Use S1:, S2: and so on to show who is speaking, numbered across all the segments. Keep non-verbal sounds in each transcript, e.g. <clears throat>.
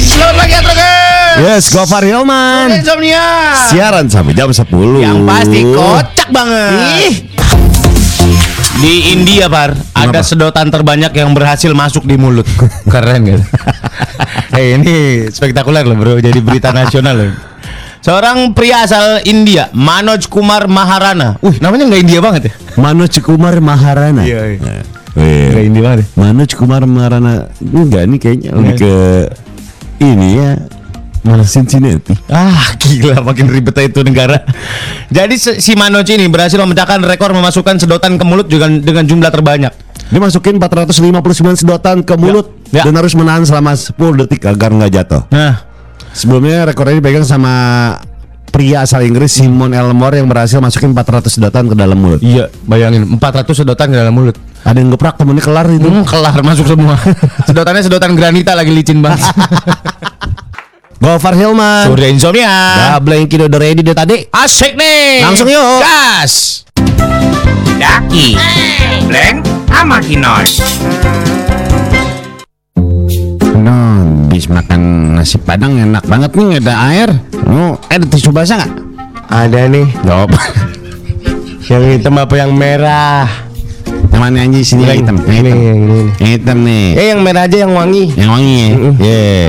S1: Selamat pagi Atroker
S2: Yes, Gofar Hilman.
S1: Insomnia
S2: Siaran sampai jam 10.
S1: Yang pasti kocak banget
S2: Ih.
S3: Di India, Par, ada sedotan terbanyak yang berhasil masuk di mulut. <laughs> Keren kan? Hei, ini spektakuler loh, Bro. Jadi berita nasional loh. Seorang pria asal India, Manoj Kumar Maharana. Wih, namanya nggak India banget ya?
S2: Manoj Kumar Maharana.
S3: Iya, iya.
S2: Wih,
S3: India
S1: ya?
S3: banget.
S2: Manoj Kumar Maharana. Enggak nih kayaknya lebih ke ini ya. Malah Cincinnati.
S3: Ah, gila makin ribet aja itu negara. Jadi se- si Manoj ini berhasil memecahkan rekor memasukkan sedotan ke mulut juga dengan jumlah terbanyak.
S2: Dia masukin 459 sedotan ke mulut
S3: Ya.
S2: dan harus menahan selama 10 detik agar nggak jatuh.
S3: Nah,
S2: Sebelumnya rekornya dipegang sama pria asal Inggris Simon Elmore yang berhasil masukin 400 sedotan ke dalam mulut.
S3: iya, bayangin 400 sedotan ke dalam mulut.
S2: Ada yang geprak temennya kelar itu.
S3: Hmm, kelar masuk <laughs> semua. Sedotannya sedotan granita lagi licin banget.
S2: Gofar Hilman.
S3: <laughs>
S2: Ah,
S3: Surya Insomnia.
S2: Double yang udah ready deh tadi.
S3: Asik nih.
S2: Langsung yuk.
S3: Gas.
S4: Daki, Blank, sama Kinos.
S2: No, bis makan nasi padang enak banget nih ada air. No, Oh, eh, ada tisu basah nggak?
S3: Ada nih
S2: Jawab. <laughs>
S3: yang hitam apa yang merah?
S2: Teman anjing sini yang hitam. Yang hitam. Yang hitam nih.
S3: Eh yang merah aja yang wangi.
S2: Yang wangi ya. Yeah.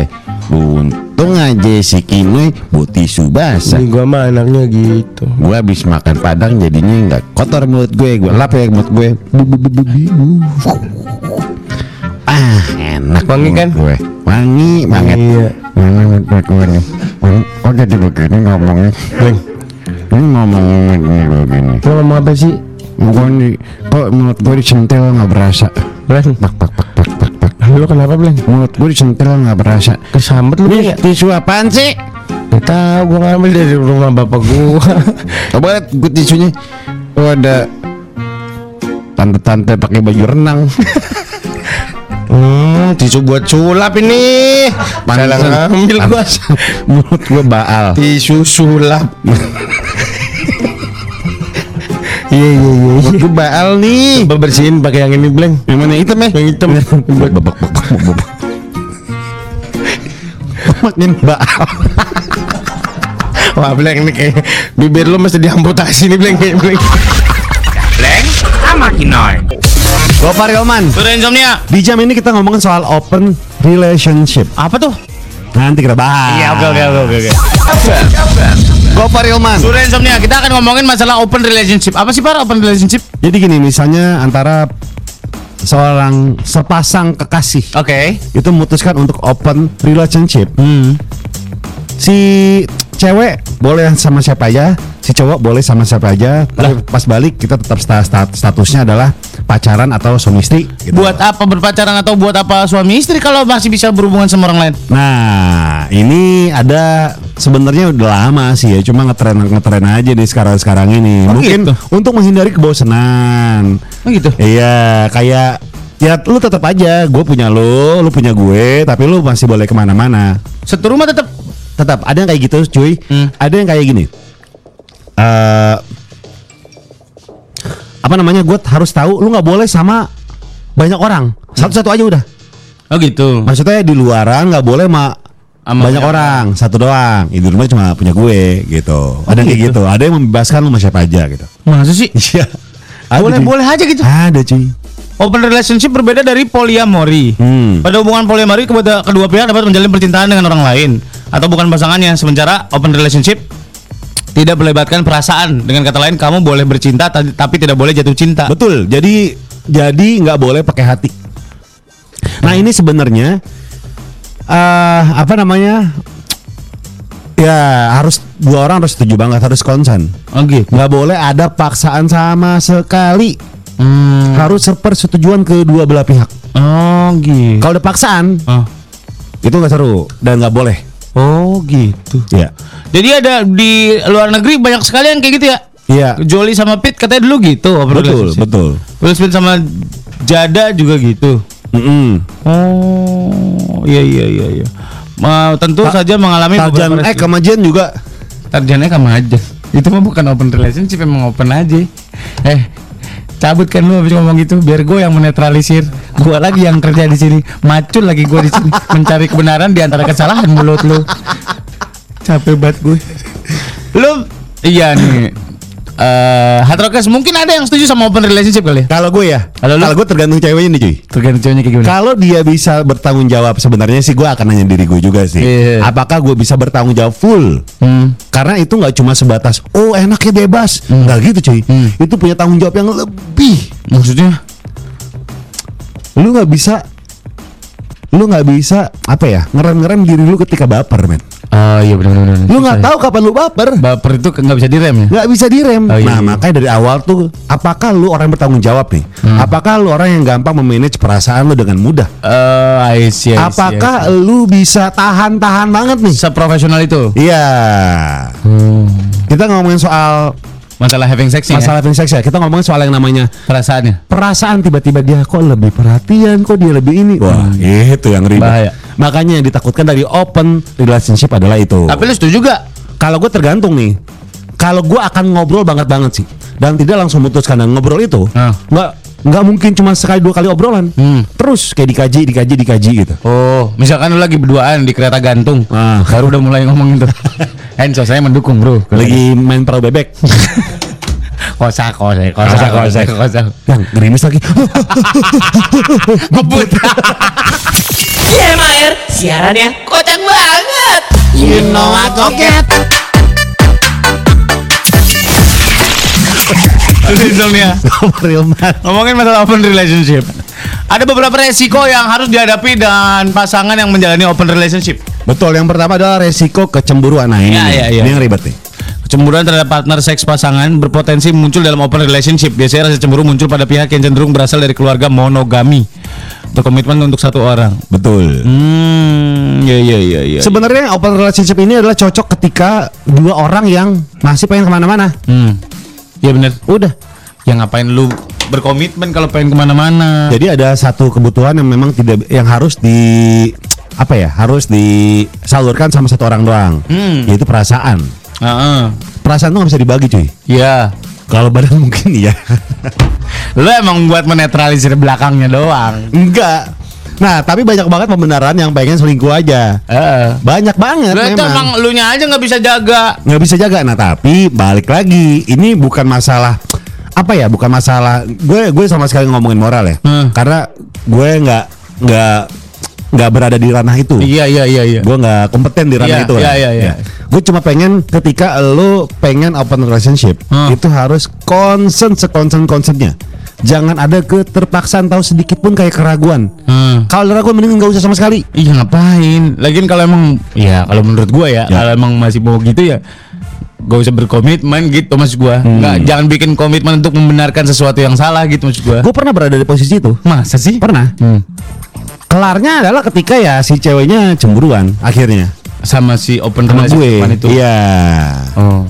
S2: Untung aja si Kinoy buat tisu basah.
S3: gua mah anaknya gitu.
S2: Gue habis makan padang jadinya nggak kotor mulut gue. Gue lap ya mulut gue. Bu, bu, bu, bu, bu. Ah, enak
S3: Wangi
S2: mulut
S3: kan?
S2: Gue. Wangi banget.
S3: Iya.
S2: Wangi banget mulut gue nih. Wangi. Kok jadi begini ngomongnya? Ini ngomongnya begini.
S3: Lo ngomong apa sih?
S2: Gue nih, kok mulut gue disentil nggak berasa?
S3: Blank.
S2: Pak, pak, pak, pak, pak, pak.
S3: Lo kenapa Blank?
S2: Mulut gue disentil nggak berasa.
S3: Kesambet lu
S2: Ini tisu apaan sih?
S3: Gak tau Iya. gua ngambil dari rumah bapak gua.
S2: Coba lihat gue tisunya. Oh ada tante-tante pakai baju renang.
S3: hmm, tisu gua sulap ini. Salah
S2: Pantesan-
S3: ngambil gua.
S2: pantesan Mulut gue baal.
S3: Tisu sulap. Iya iya iya.
S2: Mulut gue baal nih.
S3: Coba bersihin pakai yang ini Blank.
S2: Yang mana hitam ya?
S3: Yang hitam.
S2: Babak babak babak babak. Makin <laughs> baal.
S3: Wah Blank nih kayak bibir lu mesti diamputasi nih Blank kayak Blank.
S4: Blank, sama Kinos.
S2: Gopar Yoman.
S3: Insomnia.
S2: Di jam ini kita ngomongin soal open relationship.
S3: Apa tuh?
S2: Nanti kita bahas.
S3: Iya oke oke oke oke, oke.
S2: Gopar Yoman.
S3: Surya Insomnia, kita akan ngomongin masalah open relationship. Apa sih para open relationship?
S2: Jadi gini misalnya antara seorang sepasang kekasih
S3: Oke.
S2: itu memutuskan untuk open relationship.
S3: Hmm.
S2: Si cewek boleh sama siapa aja, si cowok boleh sama siapa aja. Tapi pas balik kita tetap sta- sta- statusnya adalah pacaran atau suami istri. gitu.
S3: Buat apa berpacaran atau buat apa suami istri kalau masih bisa berhubungan sama orang lain?
S2: Nah, ini ada sebenarnya udah lama sih ya, cuma ngetren ngetren aja nih sekarang-sekarang ini.
S3: Oh,
S2: Mungkin
S3: gitu.
S2: untuk menghindari kebosanan.
S3: Oh gitu.
S2: Iya, kayak ya lu tetap aja, gue punya lu, lu punya gue, tapi lu masih boleh kemana-mana.
S3: Satu rumah tetap.
S2: Tetap ada yang kayak gitu, cuy.
S3: Hmm.
S2: Ada yang kayak gini. Eh apa namanya? Gue harus tahu, lu nggak boleh sama banyak orang. Satu-satu aja udah.
S3: Oh gitu.
S2: Maksudnya di luaran nggak boleh ma
S3: Sama
S2: banyak
S3: banyak
S2: orang, satu doang. Di rumah cuma punya gue gitu. Ada yang kayak gitu. Ada yang membebaskan lu sama siapa aja gitu.
S3: Masa sih?
S2: Iya. Ada,
S3: Boleh
S2: cuy.
S3: boleh aja gitu.
S2: Ada cuy.
S3: Open relationship berbeda dari polyamory.
S2: Hmm.
S3: Pada hubungan polyamory kedua, kedua pihak dapat menjalin percintaan dengan orang lain atau bukan pasangannya. Sementara open relationship tidak melibatkan perasaan. Dengan kata lain, kamu boleh bercinta ta- tapi tidak boleh jatuh cinta.
S2: <laughs> Betul. Jadi jadi nggak boleh pakai hati. Nah ini sebenarnya eh apa namanya? Ya harus dua orang harus setuju banget harus konsen.
S3: Oke.
S2: Nggak boleh ada paksaan sama sekali.
S3: Hmm.
S2: Harus persetujuan kedua belah pihak.
S3: Oh gitu.
S2: Kalau ada paksaan
S3: Oh.
S2: itu nggak seru dan nggak boleh.
S3: Oh gitu.
S2: Iya.
S3: Jadi ada di luar negeri banyak sekali yang kayak gitu ya.
S2: Iya.
S3: Jolie sama Pete katanya dulu gitu. open
S2: Betul
S3: relationship.
S2: betul.
S3: Will Smith sama Jada juga gitu.
S2: Mm-mm.
S3: Oh, iya iya iya iya. Ma, tentu
S2: Ta-
S3: saja mengalami
S2: Tarjan
S3: beberapa
S2: Ek sama Jen eh, juga
S3: Tarjan Ek sama aja. Itu mah bukan open relationship emang open aja. Eh, cabut kan lu habis ngomong gitu biar gue yang menetralisir. gua lagi yang kerja di sini macul lagi gua di sini mencari kebenaran di antara kesalahan mulut lu capek banget gue lu iya nih eh hard rockers mungkin ada yang setuju sama open relationship kali ya
S2: Kalau gue ya,
S3: Kalau lu?
S2: kalau gue tergantung ceweknya nih cuy.
S3: tergantung ceweknya kayak gimana
S2: Kalau dia bisa bertanggung jawab sebenarnya sih gue akan nanya diri gue juga sih.
S3: Iya.
S2: Apakah gue bisa bertanggung jawab full?
S3: hmm.
S2: Karena itu nggak cuma sebatas oh enaknya bebas, nggak gitu cuy.
S3: Hmm.
S2: Itu punya tanggung jawab yang lebih.
S3: maksudnya
S2: Lu nggak bisa lu nggak bisa apa ya ngerem-ngerem diri lu ketika baper men
S3: oh iya benar-benar
S2: lu nggak tahu kapan lu baper
S3: baper itu nggak bisa direm ya
S2: nggak bisa direm
S3: Oh, iya,
S2: nah
S3: iya.
S2: makanya dari awal tuh apakah lu orang yang bertanggung jawab nih
S3: Hmm.
S2: apakah lu orang yang gampang memanage perasaan lu dengan mudah
S3: eh I see, I see, I see.
S2: apakah lu bisa tahan-tahan banget nih
S3: seprofesional itu
S2: Iya. Kita ngomongin soal
S3: masalah having sex
S2: masalah having sex ya. Kita ngomongin soal yang namanya
S3: perasaannya
S2: perasaan tiba-tiba dia kok lebih perhatian, kok dia lebih ini. Wah, itu yang ribet.
S3: Bahaya.
S2: Makanya yang ditakutkan dari open relationship adalah itu.
S3: tapi lu setuju gak
S2: kalau gue tergantung nih. Kalau gue akan ngobrol banget-banget sih dan tidak langsung memutuskan dan ngobrol itu
S3: Ah.
S2: nggak nggak mungkin cuma sekali dua kali obrolan
S3: Hmm.
S2: terus kayak dikaji dikaji dikaji gitu
S3: Oh, misalkan lu lagi berduaan di kereta gantung,
S2: Ah.
S3: baru udah mulai ngomongin tuh. <laughs> Enzo saya mendukung bro.
S2: lagi main perahu bebek
S3: kosa kosa
S2: Kosa, kosa.
S3: kosa.
S2: yang gerimis lagi <laughs>
S3: Ngebut.
S5: Mair, siarannya kocak banget.
S1: You know I go get
S3: Sebelumnya
S2: real man
S3: ya. ngomongin masalah open relationship. Ada beberapa resiko yang harus dihadapi dan pasangan yang menjalani open relationship.
S2: Betul, yang pertama adalah resiko kecemburuan. Nah, ini,
S3: Iya,
S2: nih,
S3: iya, iya.
S2: ini yang ribet nih.
S3: Kecemburuan terhadap partner seks pasangan berpotensi muncul dalam open relationship. Biasanya rasa cemburu muncul pada pihak yang cenderung berasal dari keluarga monogami. Berkomitmen untuk satu orang.
S2: Betul.
S3: Hmm, ya ya ya ya.
S2: Sebenarnya open relationship ini adalah cocok ketika dua orang yang masih pengen kemana-mana.
S3: Hmm. Ya benar.
S2: Udah.
S3: Ya ngapain lu berkomitmen kalau pengen kemana-mana?
S2: Jadi ada satu kebutuhan yang memang tidak yang harus di apa ya harus disalurkan sama satu orang doang
S3: Hmm.
S2: yaitu perasaan
S3: Heeh.
S2: perasaan tuh nggak bisa dibagi cuy
S3: Ya.
S2: kalau badan <laughs> mungkin iya
S3: Lu emang buat menetralisir belakangnya doang.
S2: enggak nah tapi banyak banget pembenaran yang pengen selingkuh aja
S3: Heeh.
S2: banyak banget
S3: Lu itu
S2: memang
S3: emang lu nya aja nggak bisa jaga.
S2: nggak bisa jaga nah tapi balik lagi ini bukan masalah apa ya bukan masalah gue gue sama sekali ngomongin moral ya
S3: Hmm.
S2: karena gue nggak nggak nggak berada di ranah itu
S3: Iya iya iya iya.
S2: gue nggak kompeten di
S3: Iya,
S2: ranah itu lah.
S3: iya, iya, iya.
S2: Ya. gue cuma pengen ketika lo pengen open relationship
S3: Hmm.
S2: itu harus concern sekonsen konsennya jangan ada keterpaksaan tahu sedikit pun kayak keraguan
S3: Hmm.
S2: kalau ada keraguan mending nggak usah sama sekali
S3: Iya ngapain? Lagian kalau emang ya kalau menurut gua ya, kalau emang masih mau gitu ya gak usah berkomitmen gitu maksud gua. Nggak jangan bikin komitmen untuk membenarkan sesuatu yang salah gitu maksud gua.
S2: gue pernah berada di posisi itu
S3: Masa sih?
S2: pernah
S3: Hmm.
S2: kelarnya adalah ketika ya si ceweknya cemburuan akhirnya
S3: Sama si open
S2: sama
S3: relationship
S2: gue
S3: kemarin itu.
S2: iya
S3: Oh.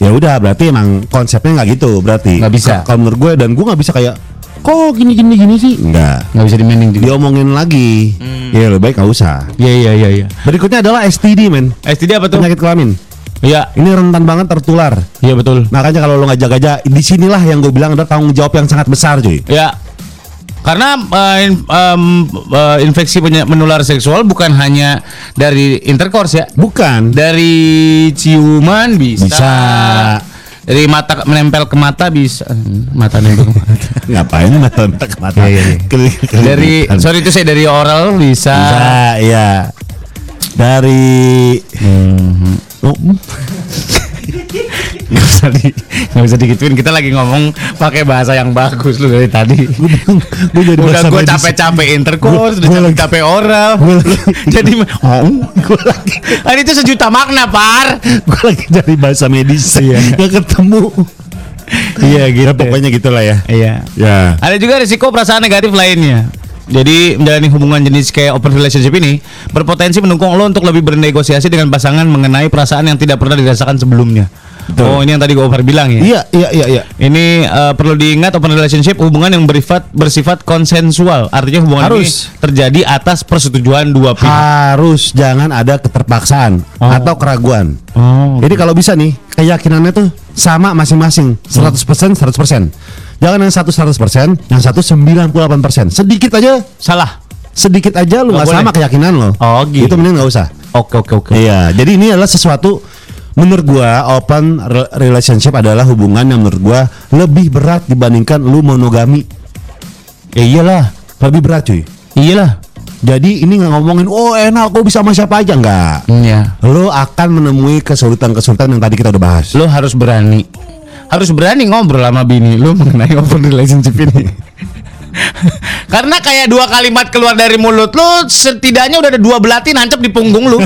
S2: ya udah berarti emang konsepnya nggak gitu berarti
S3: Nggak bisa.
S2: Ka- kalau menurut gue dan gue nggak bisa kayak kok gini gini gini sih nggak
S3: nggak bisa dimending juga.
S2: diomongin lagi
S3: Hmm.
S2: ya lebih baik nggak usah
S3: Iya iya iya iya.
S2: berikutnya adalah STD men
S3: STD apa tuh?
S2: penyakit kelamin
S3: Iya,
S2: ini rentan banget tertular
S3: iya betul.
S2: makanya kalau lo nggak jaga-jaga disinilah yang gue bilang ada tanggung jawab yang sangat besar cuy
S3: Ya. Karena eh, in- em, eh, infeksi penya- menular seksual bukan hanya dari intercourse ya.
S2: bukan
S3: <laughs> Dari ciuman bisa.
S2: Bisa.
S3: Dari mata menempel ke mata bisa. Hmm, Mata nempel. ke <laughs> mata.
S2: ngapain mata mata ke mata
S3: Iya, iya, iya. dari sorry itu saya dari oral bisa.
S2: Bisa, iya. Dari Oh, <laughs> mm.
S3: Nggak bisa di nggak bisa digituin. Kita lagi ngomong pakai bahasa yang bagus lu dari tadi.
S2: Gua jadi
S3: Udah
S2: bahasa
S3: gue
S2: medis.
S3: capek-capek intercourse,
S2: Gua-
S3: udah
S2: gua lagi-
S3: capek-capek oral.
S2: Gua lagi-
S3: <laughs> Jadi
S2: Oh, gue lagi
S3: kan itu sejuta makna, Par.
S2: gue lagi dari bahasa medis
S3: Iya.
S2: Nggak ketemu.
S3: Iya, gitu.
S2: Ya, pokoknya gitulah ya.
S3: Iya.
S2: Ya.
S3: Ada juga risiko perasaan negatif lainnya. Jadi menjalani hubungan jenis kayak open relationship ini berpotensi mendukung lo untuk lebih bernegosiasi dengan pasangan mengenai perasaan yang tidak pernah dirasakan sebelumnya.
S2: Betul.
S3: Oh ini yang tadi gue bilang ya.
S2: Iya, iya, iya, iya.
S3: Ini eh, perlu diingat open relationship hubungan yang berifat, bersifat konsensual. Artinya hubungan
S2: Harus.
S3: ini terjadi atas persetujuan dua pihak.
S2: Harus jangan ada keterpaksaan
S3: Oh.
S2: atau keraguan.
S3: Oh. gitu. Hmm.
S2: Jadi kalau bisa nih, keyakinannya tuh sama masing-masing 100% 100%. Jangan yang satu 100%, yang satu 98%. Sedikit aja,
S3: Salah.
S2: sedikit aja lu
S3: Nggak
S2: nggak
S3: boleh.
S2: sama keyakinan lo.
S3: Oh, gitu.
S2: Itu mending nggak usah.
S3: Oke oke oke.
S2: Iya, jadi ini adalah sesuatu menurut gua open re- relationship adalah hubungan yang menurut gua lebih berat dibandingkan lu monogami. Ya iyalah, lebih berat cuy.
S3: Iyalah.
S2: Jadi ini nggak ngomongin oh enak aku bisa sama siapa aja nggak.
S3: Iya.
S2: Lo akan menemui kesulitan-kesulitan yang tadi kita udah bahas.
S3: Lo harus berani. Harus berani ngobrol sama bini lo mengenai open relationship ini. <laughs> Karena kayak dua kalimat keluar dari mulut lo setidaknya udah ada dua belati nancap di punggung <laughs> lo.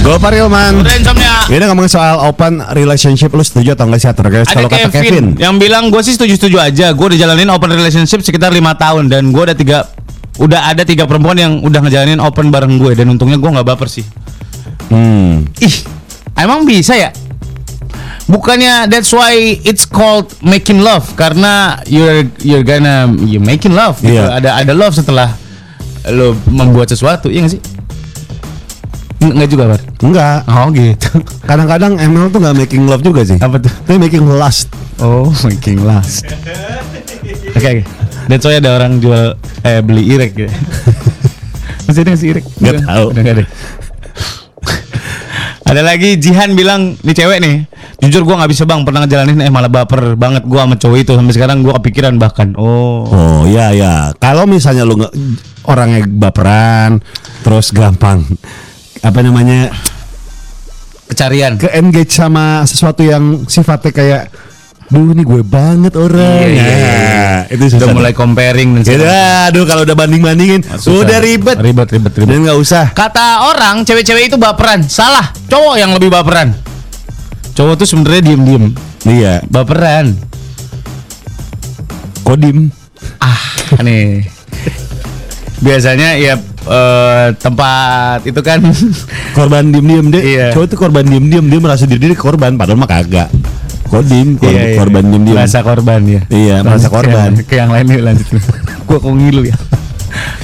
S2: Gopar Ilman.
S3: Udah insomnia.
S2: Ini ngomongin soal open relationship lu setuju atau enggak sih
S3: Ada
S2: terkait
S3: Ya.
S2: kalau kata Kevin.
S3: yang bilang gue sih setuju-setuju aja. Gue udah jalanin open relationship sekitar lima tahun dan gue ada tiga udah ada tiga perempuan yang udah ngejalanin open bareng gue dan untungnya gue nggak baper sih.
S2: Hmm.
S3: Ih, emang bisa ya? Bukannya that's why it's called making love karena you're you're gonna you making love gitu.
S2: Iya.
S3: Ada ada love setelah lo membuat sesuatu, iya gak sih? Nggak nggak juga, Bar.
S2: Enggak.
S3: Oh gitu.
S2: Kadang-kadang ML tuh nggak making love juga sih.
S3: Apa tuh?
S2: Tapi making lust.
S3: Oh, making last. Oke, <laughs> oke. That's why ada orang jual eh beli irek gitu. <laughs> Masih ada nggak sih irek?
S2: Nggak
S3: Udah-
S2: tahu.
S3: udah nggak ada. <laughs> ada lagi Jihan bilang nih cewek nih, jujur gua nggak bisa bang pernah ngejalanin eh malah baper banget gua sama cowok itu sampai sekarang gua kepikiran bahkan. Oh.
S2: Oh ya ya. Kalau misalnya lu nggak orangnya baperan, terus gampang apa namanya
S3: Kecarian.
S2: ke engage sama sesuatu yang sifatnya kayak Duh ini gue banget orang
S3: Iya, iya,
S2: Ya,
S3: iya,
S2: Itu susah
S3: Udah mulai comparing dan
S2: Gitu,
S3: segala
S2: aduh kalau udah banding-bandingin
S3: macam.
S2: Udah ribet
S3: Ribet, ribet, ribet.
S2: Dan gak usah
S3: Kata orang cewek-cewek itu baperan. Salah, cowok yang lebih baperan. Cowok tuh sebenarnya diem-diem.
S2: Iya
S3: Baperan.
S2: Kodim
S3: Ah, nih. Biasanya ya eh, tempat itu kan
S2: Korban diem-diem deh
S3: Iya.
S2: Cowok tuh korban diem-diem Dia merasa diri dia korban Padahal mah kagak
S3: Iya,
S2: Kodim kor- Korban diem-diem
S3: Merasa korban ya.
S2: Iya,
S3: Lanjut
S2: merasa
S3: ke
S2: korban.
S3: yang- Ke yang lain yuk lanjut. Gua kok ngilu ya.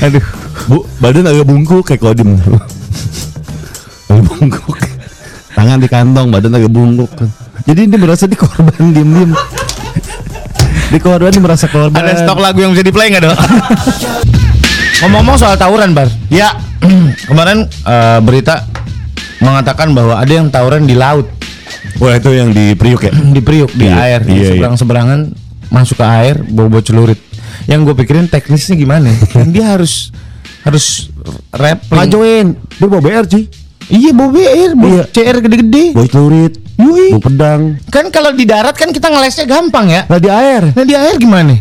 S3: Aduh.
S2: Bu, badan agak bungkuk kayak kodim Agak bungkuk Tangan di kantong, badan agak bungkuk Jadi dia merasa di korban diem-diem Di korban dia merasa korban
S3: Ada stok lagu yang bisa di-play enggak, Dok? Ngomong-ngomong soal tawuran, Bar. Ya, <clears throat> kemarin eh, berita mengatakan bahwa ada yang tawuran di laut,
S2: Wah itu yang di Priuk ya?
S3: di Priuk, di
S2: Iya,
S3: air,
S2: iya, iya.
S3: seberang-seberangan masuk ke air, bobo celurit. Yang gue pikirin teknisnya
S2: <laughs>
S3: gimana? Kan dia harus harus rap
S2: Majuin, dia bawa BR cuy
S3: Iya bawa BR, bawa
S2: Iya.
S3: CR gede-gede.
S2: Boy celurit,
S3: Yui.
S2: bawa pedang
S3: Kan kalau di darat kan kita ngelesnya gampang ya.
S2: Nah di air
S3: Nah di air gimana?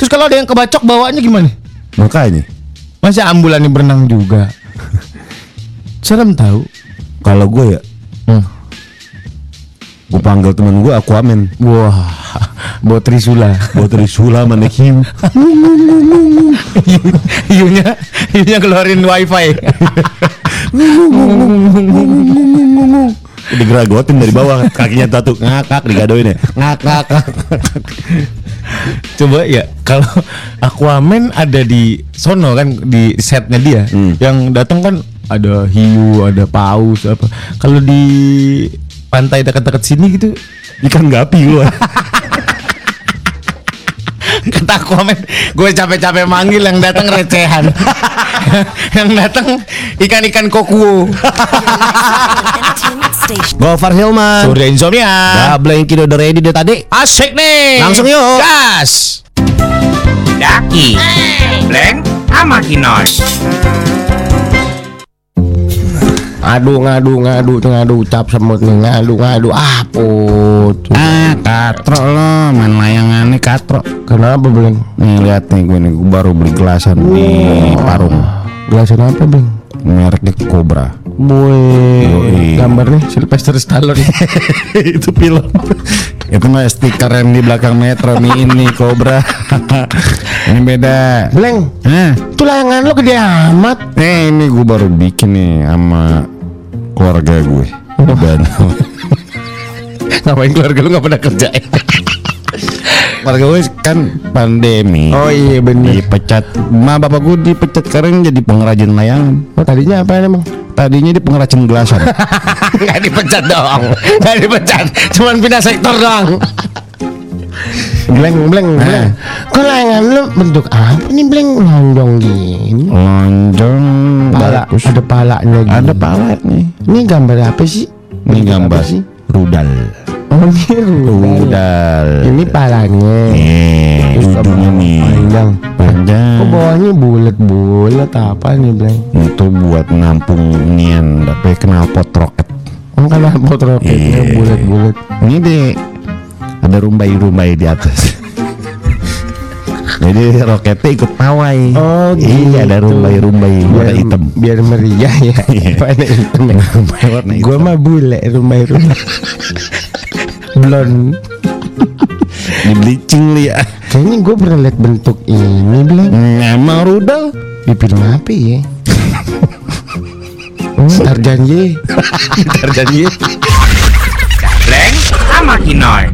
S3: Terus kalau ada yang kebacok bawaannya gimana?
S2: Makanya
S3: Masih ambulan yang berenang juga. <laughs> Serem tahu.
S2: Kalau gue ya
S3: Hmm.
S2: Gue panggil temen gue Aquaman
S3: Wah, bawa trisula.
S2: <laughs> Buat Risula manekin Iya
S3: Iunya, iunya keluarin wifi. <laughs>
S2: Digeragotin dari bawah Kakinya tatu Ngakak digadoin ya Ngakak
S3: <laughs> Coba ya kalau Aquaman ada di sono kan di setnya dia.
S2: Hmm.
S3: Yang datang kan ada hiu, ada paus apa. Kalau di pantai dekat-dekat sini gitu <laughs>
S2: Ikan gapi gue
S3: kata komen gue capek-capek manggil yang datang recehan <laughs> yang datang ikan-ikan kokuo
S6: Entertainment Station.
S2: Gofar Hilman
S3: surya insomnia
S2: Double yang kilo udah ready deh tadi
S3: asik nih
S2: Langsung yuk.
S3: gas
S4: Daki, Bleng, sama Kinoy.
S3: Aduh ngadu ngadu tuh ngadu cap semut nih ngadu ngadu ah put ah katro lo main layangan nih katro kenapa belum nih lihat nih gue nih gue baru beli gelasan di parung gelasan apa bang mereknya Cobra Boy, gambarnya Sylvester Stallone itu film itu mah stiker yang di belakang Metro nih ini Cobra ini beda Bleng itu layangan lo gede amat eh ini gue baru bikin nih sama keluarga gue
S7: Oh.
S3: dan ngapain keluarga lu gak pernah kerja ya? <laughs> keluarga gue kan pandemi oh iya bener dipecat ma bapak gue dipecat karena jadi pengrajin layangan oh tadinya apa emang tadinya dia pengrajin
S7: <laughs>
S3: gelasan nggak dipecat dong nggak dipecat cuman pindah sektor doang
S7: Bleng,
S3: Nah.
S7: bleng, bleng.
S2: Eh.
S7: Kelengan lu bentuk apa nih bleng? Lonjong gini.
S3: Lonjong
S7: Pala,
S3: bagus.
S7: ada palanya gini.
S3: Ada palat nih.
S7: Ini gambar apa sih?
S3: Ini
S7: Bentuk
S3: gambar
S7: apa sih?
S3: rudal.
S7: Oh, ini rudal.
S3: Rudal.
S7: Ini palanya.
S3: Eh, ujungnya nih
S7: Panjang.
S3: panjang.
S7: Kok bawahnya bulat-bulat apa nih bleng?
S3: Itu buat nampung nian tapi knalpot roket.
S7: Oh, karena pot ya, roketnya
S3: Iya.
S7: bulat-bulat.
S3: Ini deh ada rumbai-rumbai di atas. Jadi roketnya ikut pawai.
S7: Oh,
S3: Iya ada
S7: gitu.
S3: rumbai-rumbai warna hitam.
S7: biar meriah ya.
S3: Iya.
S7: Warna hitam. ya.
S3: warna
S7: Gua
S3: hitam.
S7: mah bule rumah-rumah. Blond.
S3: Di bleaching li ya.
S7: Kayaknya gue pernah lihat bentuk ini Bleng
S3: Emang Nah, rudal.
S7: Di film apa ya? Oh, Tarzan ye
S4: Bleng sama Kinoy.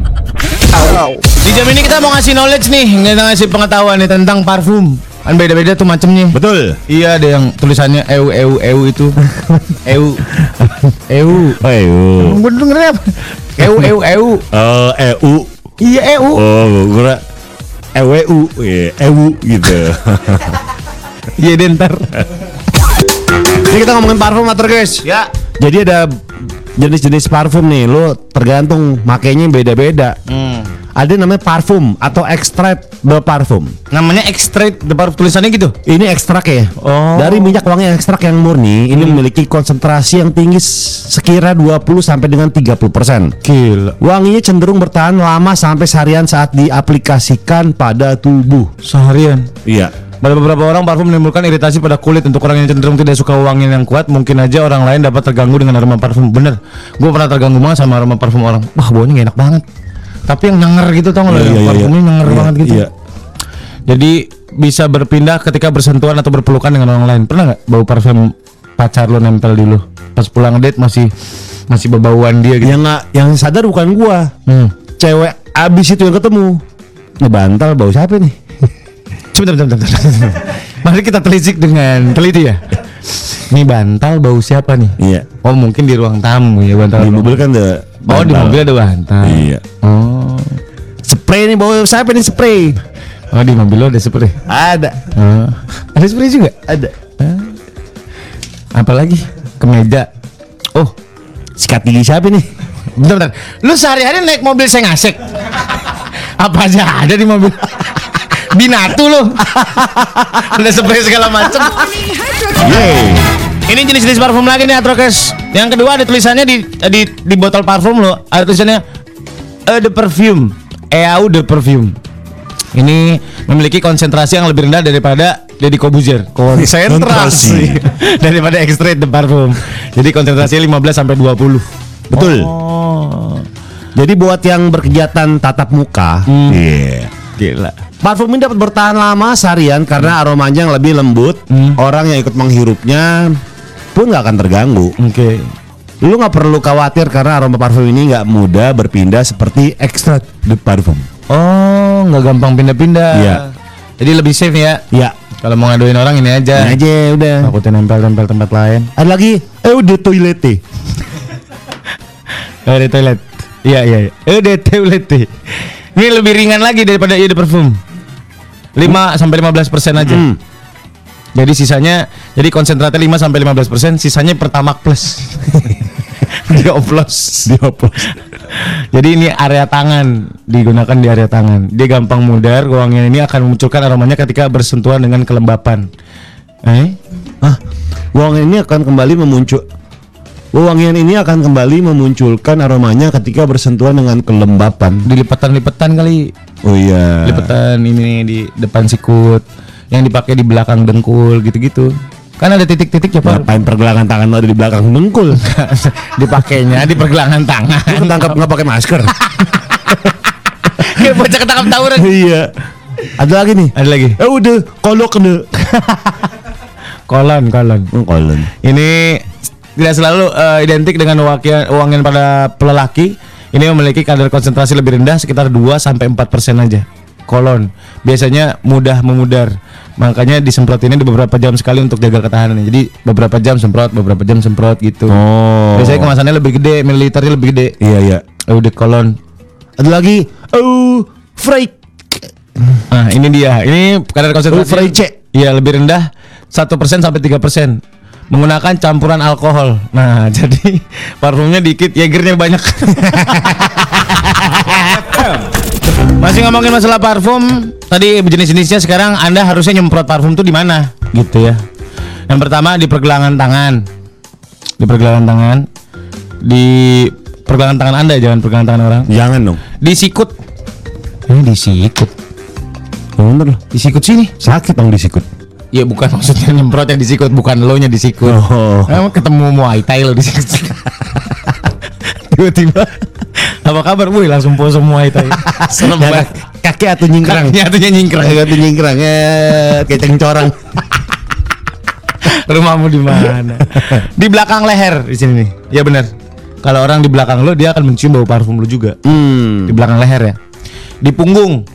S3: Di jam ini kita mau ngasih knowledge nih, kita ngasih pengetahuan nih tentang parfum. Kan beda-beda tuh macemnya.
S2: Betul.
S3: Iya ada yang tulisannya EU EU EU itu. EU EU.
S2: Ayo.
S3: Gue denger apa? EU EU EU.
S2: Eh, EU.
S3: Iya EU.
S2: Oh, gue EWU, iya, EWU <laughs> gitu.
S3: Iya dentar.
S2: Ini kita ngomongin parfum atur guys.
S3: Ya.
S2: Jadi ada jenis-jenis parfum nih, lo tergantung makainya beda-beda. Ada yang namanya parfum atau extract de parfum.
S3: Namanya extract the parfum tulisannya gitu.
S2: Ini ekstrak ya.
S3: Oh.
S2: Dari minyak wangi ekstrak yang murni, ini memiliki konsentrasi yang tinggi sekira 20 sampai dengan 30%.
S3: Gila.
S2: Wanginya cenderung bertahan lama sampai seharian saat diaplikasikan pada tubuh.
S3: Seharian.
S2: Iya.
S3: Pada beberapa orang parfum menimbulkan iritasi pada kulit Untuk orang yang cenderung tidak suka wangian yang kuat Mungkin aja orang lain dapat terganggu dengan aroma parfum Bener, gue pernah terganggu banget sama aroma parfum orang Wah baunya gak enak banget Tapi yang nyenger gitu tau gak lo,
S2: Iya,
S3: yang
S2: iya,
S3: Parfumnya
S2: iya.
S3: nyenger
S2: Iya,
S3: banget gitu
S2: iya.
S3: Jadi bisa berpindah ketika bersentuhan atau berpelukan dengan orang lain Pernah gak bau parfum pacar lo nempel di lo Pas pulang date masih masih berbauan dia gitu
S2: Yang nggak Nah, yang sadar bukan gua.
S3: Hmm.
S2: Iya, Cewek abis itu yang ketemu. Ngebantal bau siapa nih?
S3: Coba, coba, coba, coba. <laughs> Mari kita telisik dengan teliti ya. Ini bantal bau siapa nih?
S2: Iya.
S3: Oh mungkin di ruang tamu ya bantal.
S2: Di mobil kan ada
S3: Oh di
S2: bantal.
S3: mobil ada bantal.
S2: Iya.
S3: Oh.
S2: Spray nih bau siapa nih spray?
S3: Oh di mobil lo ada spray.
S2: Ada.
S3: Oh. Ada spray juga? Ada. Apalagi kemeja. Oh,
S2: Sikat gigi siapa nih?
S3: bentar bentar. Lu sehari-hari naik mobil saya ngasek. Apa aja ada di <laughs> mobil? Binatu lo. ada spray segala macam. Ini jenis-jenis parfum lagi nih Atrokes. Yang kedua ada tulisannya di eh, di di botol parfum lo. Ada tulisannya eh the perfume. EAU the perfume. Ini memiliki konsentrasi yang lebih rendah daripada Deddy Corbuzier.
S2: Konsentrasi.
S3: <laughs> daripada extra the parfum. Jadi konsentrasinya 15 sampai Oh. 20.
S2: Betul. Jadi buat yang berkegiatan tatap muka, iya.
S3: Gila.
S2: Parfum ini dapat bertahan lama seharian karena aromanya yang lebih lembut. Orang yang ikut menghirupnya pun nggak akan terganggu.
S3: Oke.
S2: Lu nggak perlu khawatir karena aroma parfum ini nggak mudah berpindah seperti extra de parfum.
S3: Oh, nggak gampang pindah-pindah.
S2: Iya.
S3: Jadi lebih safe ya.
S2: Ya,
S3: Kalau mau ngaduin orang ini aja.
S2: ini aja udah.
S3: Takutnya nempel-nempel tempat lain.
S2: Ada lagi, eh udah toilete.
S3: Oh, di toilet. Iya, iya, iya. Eh, di toilet. deh. Ini lebih ringan lagi daripada iya ide parfum. 5 sampai 15 persen aja.
S2: Hmm.
S3: Jadi sisanya jadi konsentratnya 5 sampai 15 persen, sisanya pertamax plus. Dioplos. Dioplos. <laughs> jadi ini area tangan digunakan di area tangan. Dia gampang mudar. Wangian ini akan memunculkan aromanya ketika bersentuhan dengan kelembapan. Eh?
S2: Hah? Wangian ini akan kembali memuncul Wangian ini akan kembali memunculkan aromanya ketika bersentuhan dengan kelembapan.
S3: Di lipatan-lipatan kali.
S2: Oh iya.
S3: lipetan ini nih di depan sikut yang dipakai di belakang dengkul gitu-gitu kan ada titik-titik ya pak
S2: Ngapain pergelangan tangan lo ada di belakang
S3: <laughs>
S2: dengkul? <laughs>
S3: dipakainya di pergelangan tangan
S2: Lu ketangkap nggak pakai masker?
S3: <laughs> kayak bocah ketangkap tawuran
S2: iya. Ada lagi nih.
S3: ada lagi
S2: Eh udah, kolok
S3: <laughs>
S2: kena.
S3: kolon kolon
S2: kolon.
S3: ini tidak selalu eh, identik dengan wakian uangin pada pelelaki ini memiliki kadar konsentrasi lebih rendah sekitar 2 sampai 4 persen aja kolon biasanya mudah memudar makanya disemprotinnya di beberapa jam sekali untuk jaga ketahanan jadi beberapa jam semprot beberapa jam semprot gitu
S2: Oh.
S3: biasanya kemasannya lebih gede militernya lebih gede
S2: Iya iya.
S3: Audit kolon
S2: Ada lagi. Oh, freak.
S3: Nah, ini dia. Ini kadar konsentrasi
S2: Ultra IC.
S3: Iya, lebih rendah 1% sampai 3% menggunakan campuran alkohol. Nah, <laughs> jadi parfumnya dikit, Jagernya banyak. <laughs> Masih ngomongin masalah parfum, tadi jenis-jenisnya sekarang Anda harusnya nyemprot parfum tuh di mana? Gitu ya. Yang pertama di pergelangan tangan. Di pergelangan tangan. Di pergelangan tangan Anda, jangan pergelangan tangan orang. Eh,
S2: Jangan dong.
S3: Di sikut. Ini di sikut.
S2: Bener loh.
S3: Di sikut sini.
S2: Sakit dong di sikut.
S3: Ya bukan maksudnya nyemprot yang disikut, bukan lo nya disikut.
S2: Oh.
S3: Emang ketemu Muay Thai lo disikut. Tiba-tiba apa kabar? Wih langsung pose Muay Thai. <laughs> Serem banget.
S2: Kaki atau nyingkrang?
S3: Kakinya tuh nyingkrang.
S2: Kaki atau nyingkrang. Eh, kayak corang.
S3: Rumahmu di <laughs> mana? di belakang leher di sini nih. Ya benar. Kalau orang di belakang lo dia akan mencium bau parfum lo juga.
S2: Hmm.
S3: Di belakang leher ya. Di punggung.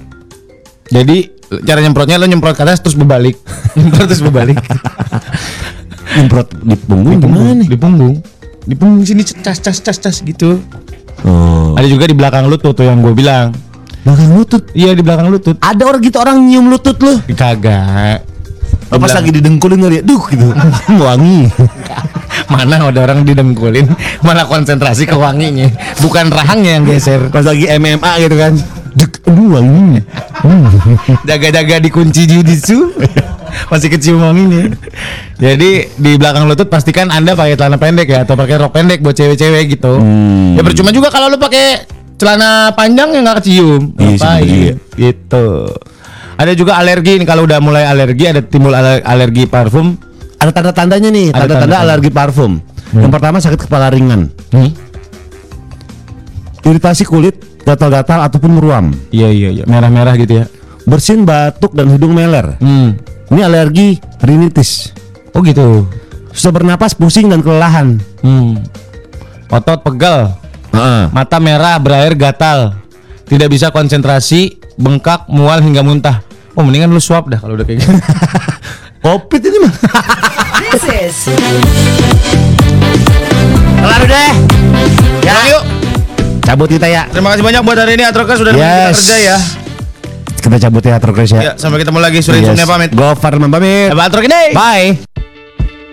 S3: Jadi cara nyemprotnya lo nyemprot ke atas terus <laughs> berbalik. nyemprot terus <laughs> berbalik.
S2: Improt di punggung gimana?
S3: Di punggung. Di punggung sini cas cas cas cas gitu.
S2: Oh.
S3: Ada juga di belakang lutut tuh yang gue bilang.
S2: Belakang lutut.
S3: Iya di belakang lutut.
S2: Ada orang gitu orang nyium lutut lu.
S3: Kagak. Di
S2: Oh, Pas
S3: belakang-
S2: lagi didengkulin kali ya. Duh gitu. <laughs> Wangi.
S3: mana ada orang didengkulin malah konsentrasi ke wanginya bukan rahangnya yang geser
S2: Pas lagi MMA gitu kan. Dek, aduh Hmm. wangi.
S3: jaga-jaga dikunci jujitsu masih kecium wanginya jadi di belakang lutut pastikan anda pakai celana pendek ya atau pakai rok pendek buat cewek-cewek gitu
S2: Hmm.
S3: ya percuma juga kalau lu pakai celana panjang yang nggak kecium
S2: Iya sih,
S3: Ngapain?
S2: bener juga.
S3: gitu ada juga alergi nih kalau udah mulai alergi ada timbul aler- alergi parfum
S2: Ada tanda-tandanya
S3: Ada
S2: nih, tanda-tanda Hmm.
S3: tanda-tanda.
S2: alergi parfum. Yang pertama sakit kepala ringan, iritasi kulit, gatal-gatal ataupun meruam,
S3: iya iya iya merah-merah gitu ya
S2: bersin, batuk dan hidung meler.
S3: hmm.
S2: Ini alergi rinitis.
S3: oh gitu
S2: Susah bernapas, pusing dan kelelahan.
S3: hmm. otot pegal mata merah, berair gatal, tidak bisa konsentrasi, bengkak, mual hingga muntah. Oh, mendingan lu swab dah kalau udah kayak gitu.
S2: Covid ini mah.
S6: This is
S2: Kelar deh. <laughs> Ya. yuk. Cabut kita ya.
S3: Terima kasih banyak buat hari ini Atrokas sudah nemenin kita kerja ya.
S2: Kita cabut ya, Trokres ya.
S3: Ya, sampai ketemu lagi sore
S2: Yes.
S3: pamit.
S2: Gofar pamit.
S3: Abang Atrok ini.
S2: Bye.